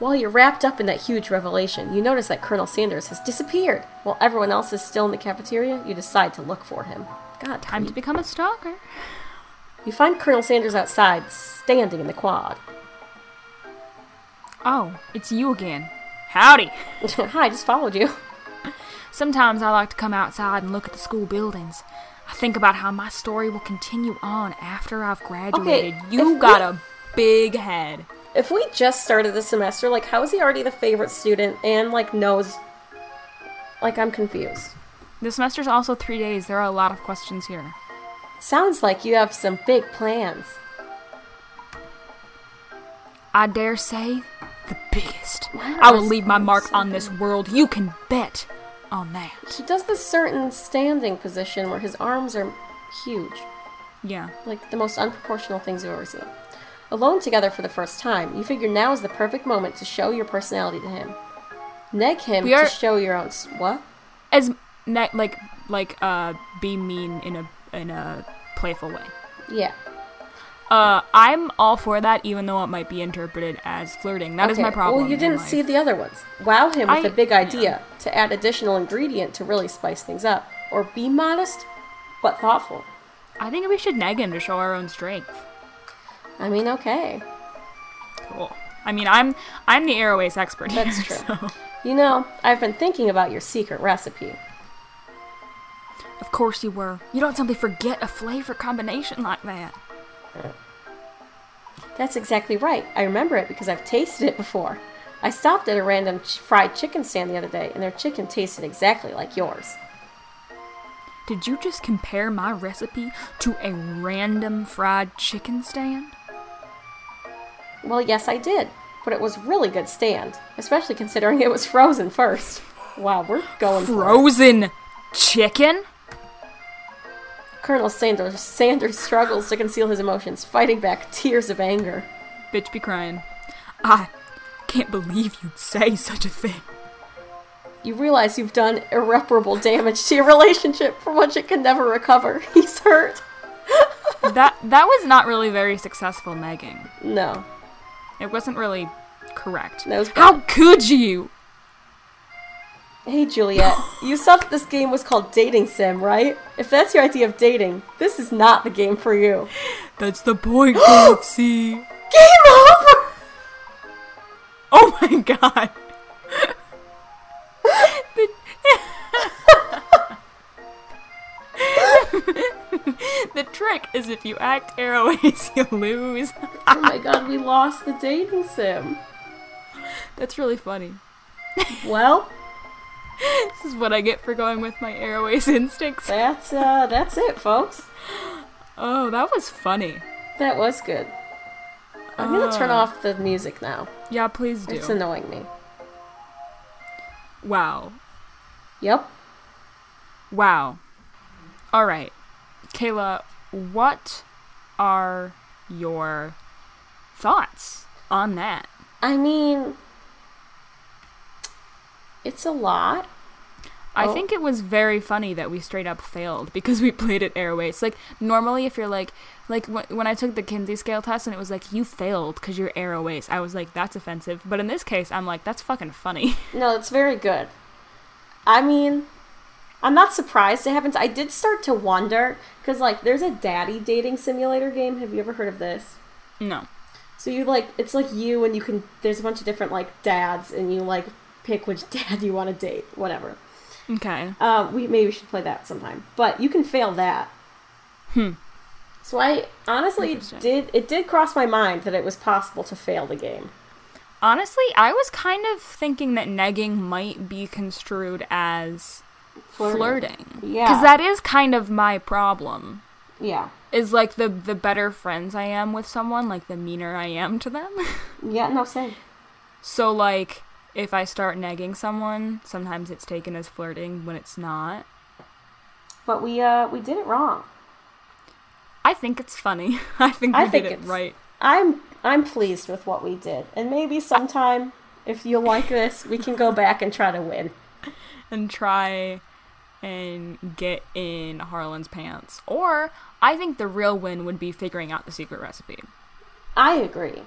While you're wrapped up in that huge revelation, you notice that Colonel Sanders has disappeared. While everyone else is still in the cafeteria, you decide to look for him. God, Time to become a stalker. You find Colonel Sanders outside, standing in the quad. Oh, it's you again. Howdy. Hi, I just followed you. Sometimes I like to come outside and look at the school buildings. I think about how my story will continue on after I've graduated. you if got we- a big head. If we just started the semester, like, how is he already the favorite student and, like, knows. Like, I'm confused. The semester's also three days. There are a lot of questions here. Sounds like you have some big plans. I dare say, the biggest. I will leave my mark on this world. You can bet on that. He does this certain standing position where his arms are huge. Yeah. like the most unproportional things you've ever seen. Alone together for the first time, you figure now is the perfect moment to show your personality to him. Neg him We are- to show your own. s- What? As ne- like like uh be mean in a in a playful way. Yeah. Uh, I'm all for that, even though it might be interpreted as flirting. That is Okay, my problem. Well, you in didn't life. see the other ones. Wow him with I- a big idea to add additional ingredient to really spice things up, or be modest but thoughtful. I think we should nag him to show our own strength. I mean, okay, Cool. I mean, I'm I'm the airways expert. Here, that's true. so- You know, I've been thinking about your secret recipe. Of course you were. You don't simply forget a flavor combination like that. That's exactly right. I remember it because I've tasted it before. I stopped at a random ch- fried chicken stand the other day, and their chicken tasted exactly like yours. Did you just compare my recipe to a random fried chicken stand? Well, yes, I did, but it was really good stand, especially considering it was frozen first. Wow, we're going for it. Frozen chicken? Colonel Sanders Sanders struggles to conceal his emotions, fighting back tears of anger. Bitch be crying. I can't believe you'd say such a thing. You realize you've done irreparable damage to your relationship from which it can never recover. He's hurt. that that was not really very successful nagging. No. It wasn't really correct. That was bad. How could you? Hey Juliet, you saw that this game was called Dating Sim, right? If that's your idea of dating, this is not the game for you. That's the point, KFC. Game over! Oh my god. the, the trick is if you act airways, you lose. Oh my god, we lost the dating sim. That's really funny. Well, This is what I get for going with my airways instincts. that's uh that's it, folks. Oh, that was funny. That was good. I'm gonna turn Ah. off the music now. Yeah, please do. It's annoying me. wow. Yep. Wow. All right. Kayla, what are your thoughts on that? I mean, it's a lot. I Oh. think it was very funny that we straight up failed because we played it airways. Like normally, if you're like, like wh- when I took the Kinsey scale test and it was like you failed because you're airways, I was like that's offensive. But in this case, I'm like that's fucking funny. No, it's very good. I mean, I'm not surprised it happens. I did start to wonder because, like, there's a daddy dating simulator game. Have you ever heard of this? no. So you like, it's like you and you can. There's a bunch of different like dads, and you like pick which dad you want to date. Whatever. Okay. Uh, we maybe we should play that sometime. But you can fail that. Hmm. So I honestly Interesting. did. It did cross my mind that it was possible to fail the game. Honestly, I was kind of thinking that negging might be construed as Flirting. flirting. Yeah. Because that is kind of my problem. Yeah. Is like the the better friends I am with someone, like the meaner I am to them. Yeah. No. Same. so like if I start negging someone, sometimes it's taken as flirting when it's not. But we uh we did it wrong. I think it's funny. I think we I did think it it's- right. I'm I'm pleased with what we did, and maybe sometime if you like this, we can go back and try to win. and try and get in Harlan's pants. Or I think the real win would be figuring out the secret recipe. I agree.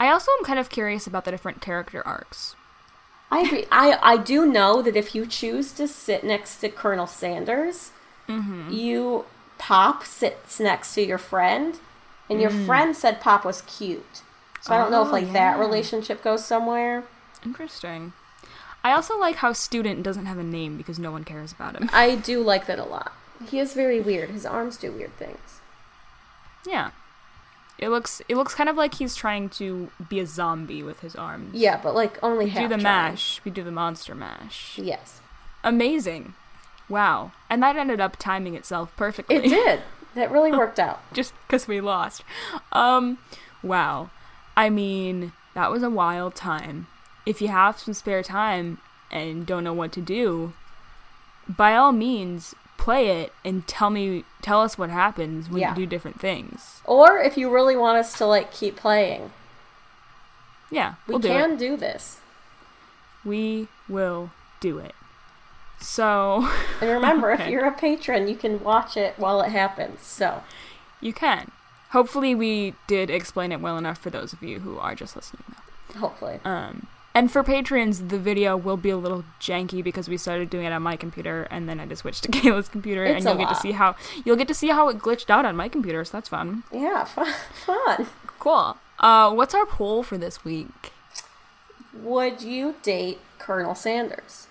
I also am kind of curious about the different character arcs. I agree. I I do know that if you choose to sit next to Colonel Sanders, Mm-hmm. you Pop sits next to your friend, and your friend said Pop was cute. So I don't know if Oh, like that relationship goes somewhere. Interesting. I also like how student doesn't have a name because no one cares about him. I do like that a lot. He is very weird. His arms do weird things. Yeah. It looks it looks kind of like he's trying to be a zombie with his arms. Yeah, but like only half. Do the trying. mash. We do the monster mash. Yes. Amazing. Wow. And that ended up timing itself perfectly. It did. That really worked out. just because we lost. Um, wow. I mean, that was a wild time. If you have some spare time and don't know what to do, by all means, play it and tell me, tell us what happens when Yeah. you do different things. Or if you really want us to like keep playing, Yeah, we will do can it. do this. We will do it. So And remember, if Okay. you're a patron, you can watch it while it happens. So you can. Hopefully, we did explain it well enough for those of you who are just listening. Now. hopefully, Um, and for patrons, the video will be a little janky because we started doing it on my computer, and then I just switched to Kayla's computer, It's and you'll a get to lot. see how you'll get to see how it glitched out on my computer. So that's fun. yeah, fun. fun. Cool. Uh, what's our poll for this week? Would you date Colonel Sanders?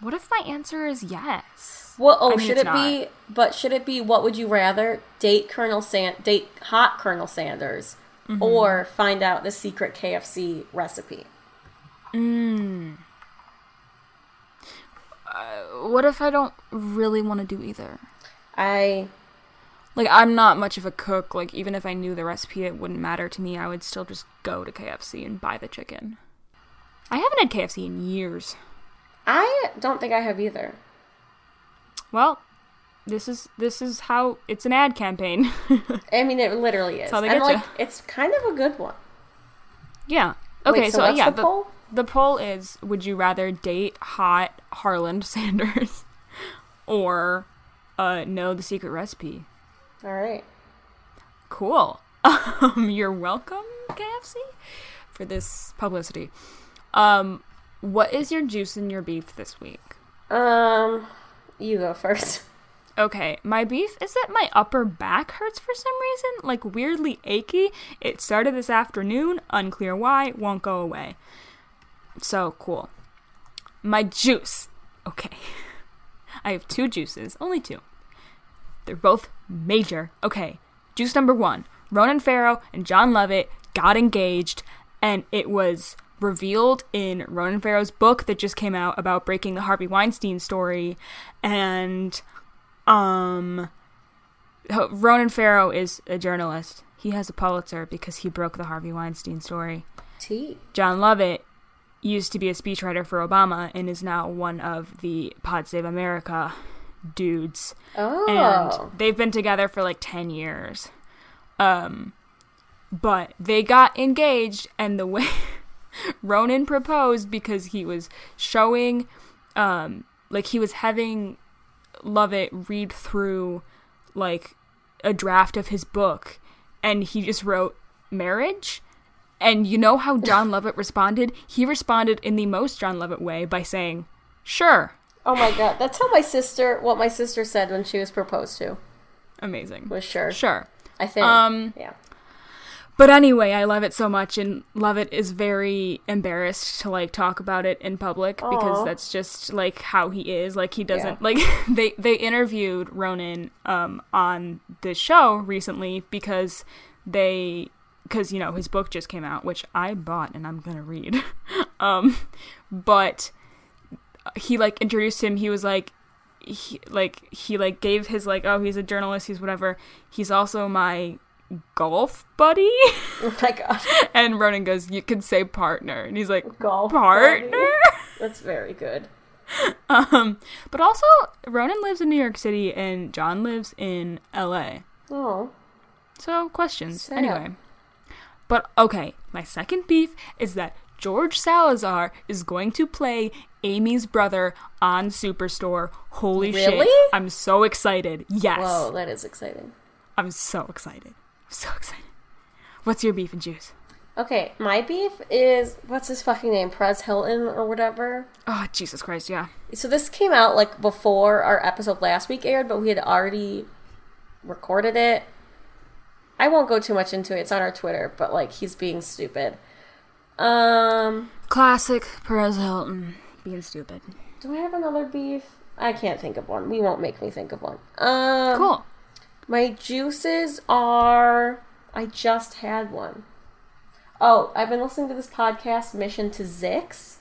What if my answer is yes? Well, oh, I mean, should it's it be? But should it be? What would you rather date Colonel San date hot Colonel Sanders, Mm-hmm. or find out the secret KFC recipe? What if I don't really want to do either? I Like, I'm not much of a cook. Like, even if I knew the recipe, it wouldn't matter to me. I would still just go to KFC and buy the chicken. I haven't had KFC in years. I don't think I have either. Well, this is this is how it's an ad campaign. I mean, it literally is, how they and getcha. like it's kind of a good one. yeah. Okay, Wait, so so, that's yeah, the poll? the poll is would you rather date hot Harland Sanders or uh know the secret recipe? All right. Cool. Um, you're welcome, KFC, for this publicity. Um, what is your juice and your beef this week? Um, you go first. Okay, my beef is that my upper back hurts for some reason, like weirdly achy. It started this afternoon, unclear why, won't go away. So cool. My juice. Okay. I have two juices, only two. They're both major. Okay, juice number one Ronan Farrow and John Lovett got engaged, and it was revealed in Ronan Farrow's book that just came out about breaking the Harvey Weinstein story. And, um, Ho- Ronan Farrow is a journalist. He has a Pulitzer because he broke the Harvey Weinstein story. Tea. John Lovett used to be a speechwriter for Obama and is now one of the Pod Save America dudes. Oh. And they've been together for like 10 years. Um, but they got engaged, and the way Ronan proposed because he was showing, um, like, he was having Lovett read through, like, a draft of his book, and he just wrote marriage. And you know how John Lovett responded? He responded in the most John Lovett way by saying, Sure. oh my god, that's how my sister. What my sister said when she was proposed to Amazing. was sure. Sure. I think. Um, yeah. But anyway, I love it so much, and love it is very embarrassed to like talk about it in public because that's just like how he is. Like he doesn't like they they interviewed Ronan um on the show recently because they because you know his book just came out, which I bought and I'm gonna read. um, but he like introduced him. He was like he like he like gave his like oh he's a journalist he's whatever he's also my golf buddy Oh my god. and Ronan goes, "You can say partner," and he's like, Golf "Partner." That's very good. Um, but also, Ronan lives in New York City, and John lives in L.A. Oh. So questions Sad. anyway. But okay, my second beef is that George Salazar is going to play Amy's brother on Superstore. Holy Really? shit! I'm so excited. Yes, Whoa, Oh, that is exciting. I'm so excited. I'm so excited. What's your beef and juice? Okay, my beef is what's his fucking name? Prez Hilton or whatever. Oh Jesus Christ! Yeah. So this came out like before our episode last week aired, but we had already recorded it. I won't go too much into it. It's on our Twitter, but like he's being stupid. Um, Classic Perez Hilton being stupid. do I have another beef? I can't think of one. We won't make me think of one. Um, Cool. My juices are. I just had one. Oh, I've been listening to this podcast, Mission to Zix.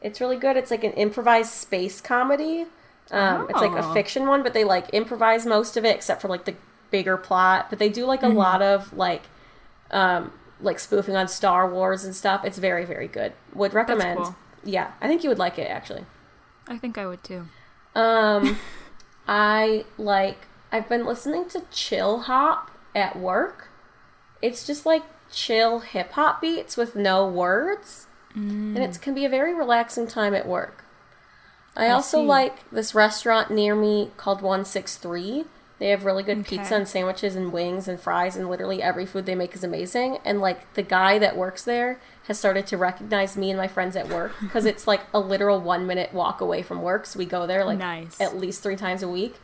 It's really good. It's like an improvised space comedy. Um, It's like a Oh. fiction one, but they like improvise most of it except for like the bigger plot. But they do like a Mm-hmm. lot of like, um, like spoofing on Star Wars and stuff. It's very very good. Would recommend. cool. Yeah, I think you would like it actually. I think I would too. Um, I like I've been listening to chill hop at work. It's just like chill hip hop beats with no words, and Mm. it can be a very relaxing time at work. I, also see. like this restaurant near me called One Six Three. They have really good pizza Okay. and sandwiches and wings and fries and literally every food they make is amazing. And like the guy that works there has started to recognize me and my friends at work because it's like a literal one minute walk away from work. So we go there like Nice. at least three times a week.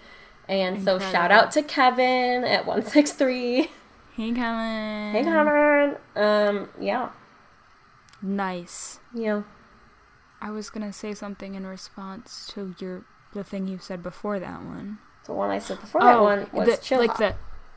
And so shout out to Kevin at 163. Hey, Colin. Hey, Mm. Kevin. Um, yeah. Nice. Yeah. I was gonna say something in response to your the thing you said before that one. The one I said before that one was Oh, the, chill like hop. the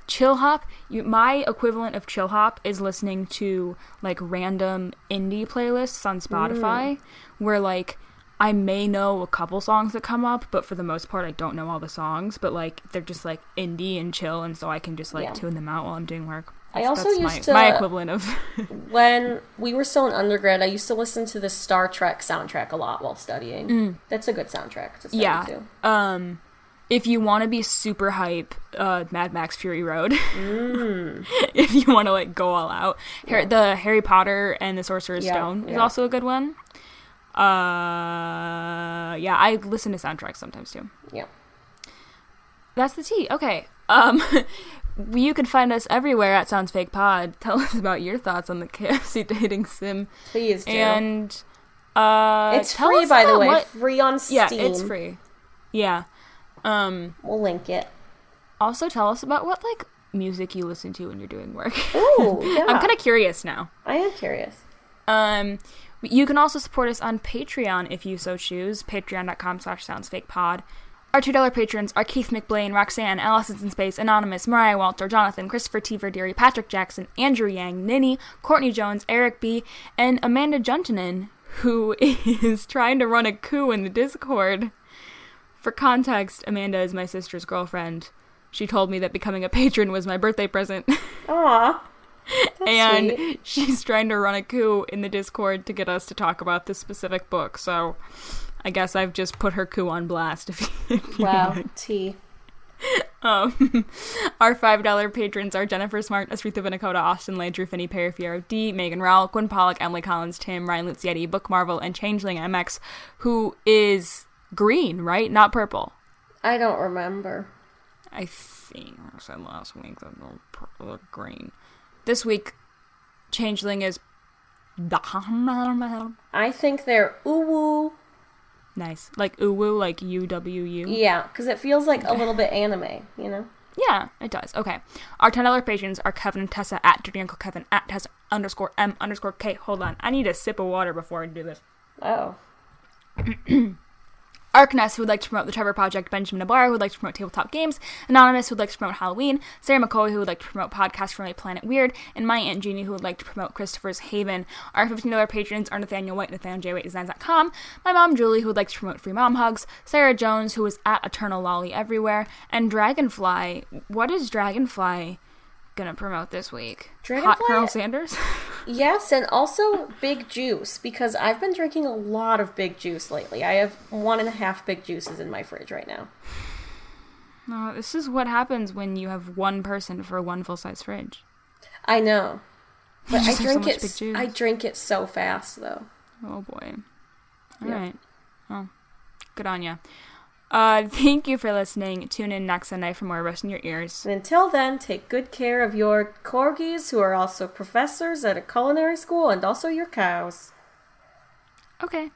chill hop. You, my equivalent of chill hop is listening to like random indie playlists on Mm. Spotify, where like I may know a couple songs that come up, but for the most part, I don't know all the songs. But like they're just like indie and chill, and so I can just like Yeah. tune them out while I'm doing work. I That's- also that's used my, my to- equivalent of when we were still in undergrad, I used to listen to the Star Trek soundtrack a lot while studying. That's a good soundtrack to study Mm. yeah. to. Um, if you want to be super hype, uh, Mad Max Fury Road. Mm. if you want to like go all out, Har- the Harry Potter and the Sorcerer's Yeah, Stone is yeah. also a good one. Uh, yeah, I listen to soundtracks sometimes too. Yeah. That's the tea. Okay. Um, you can find us everywhere at Sounds Fake Pod. Tell us about your thoughts on the KFC dating sim, Please do. and uh, it's tell free, us by the about way. what- Free on yeah, Steam. it's free. Yeah. Um. We'll link it. Also, tell us about what like music you listen to when you're doing work. Oh, yeah. I'm kind of curious now. I am curious. Um, you can also support us on Patreon if you so choose. Patreon.com slash soundsfakepod. Our $2 patrons are Keith McBlain, Roxanne, Alice's in Space, Anonymous, Mariah Walter, Jonathan, Christopher T. Verderi, Patrick Jackson, Andrew Yang, Ninny, Courtney Jones, Eric B., and Amanda Juntinen, who is trying to run a coup in the Discord. For context, Amanda is my sister's girlfriend. She told me that becoming a patron was my birthday present. Aw. and sweet. she's trying to run a coup in the Discord to get us to talk about this specific book. So I guess I've just put her coup on blast. If you, if you Wow. T. um, our $5 patrons are Jennifer Smart, Asritha Vinakota, Austin Lay, Drew Finney, Perry Fierro, D, Megan Rowell, Gwen Pollock, Emily Collins, Tim, Ryan Luzietti, Book Marvel, and Changeling MX, who is green, right? Not purple. I don't remember. I think I said last week that they're purple or green. This week, Changeling is. I think they're uwu. Nice. Like uwu, like U W U. Yeah, because it feels like a little bit anime, you know? Yeah, it does. Okay. Our ten dollar patrons are Kevin and Tessa at Dirty Uncle Kevin at Tessa underscore M underscore K. Hold on. I need a sip of water before I do this. Oh. Arkness, who would like to promote the Trevor Project, Benjamin Nabar, who would like to promote Tabletop Games, Anonymous, who would like to promote Halloween, Sarah McCoy, who would like to promote Podcast from a Planet Weird, and my Aunt Jeannie, who would like to promote Christopher's Haven. Our $15 patrons are Nathaniel White, NathanielJWhiteDesigns.com, my mom Julie, who would like to promote Free Mom Hugs, Sarah Jones, who is at Eternal Lolly Everywhere, and Dragonfly. What is Dragonfly gonna promote this week? Hot Dragonfly- Colonel Sanders? Yes, and also big juice, because I've been drinking a lot of big juice lately. I have one and a half big juices in my fridge right now. no, this is what happens when you have one person for one full size fridge. I know. But I just have so drink much it Big Juice. I drink it so fast though. Oh boy. All right. Yeah. Oh, good on ya. Uh, thank you for listening. Tune in next Sunday for more Rust in Your Ears. And until then, take good care of your corgis who are also professors at a culinary school and also your cows. Okay.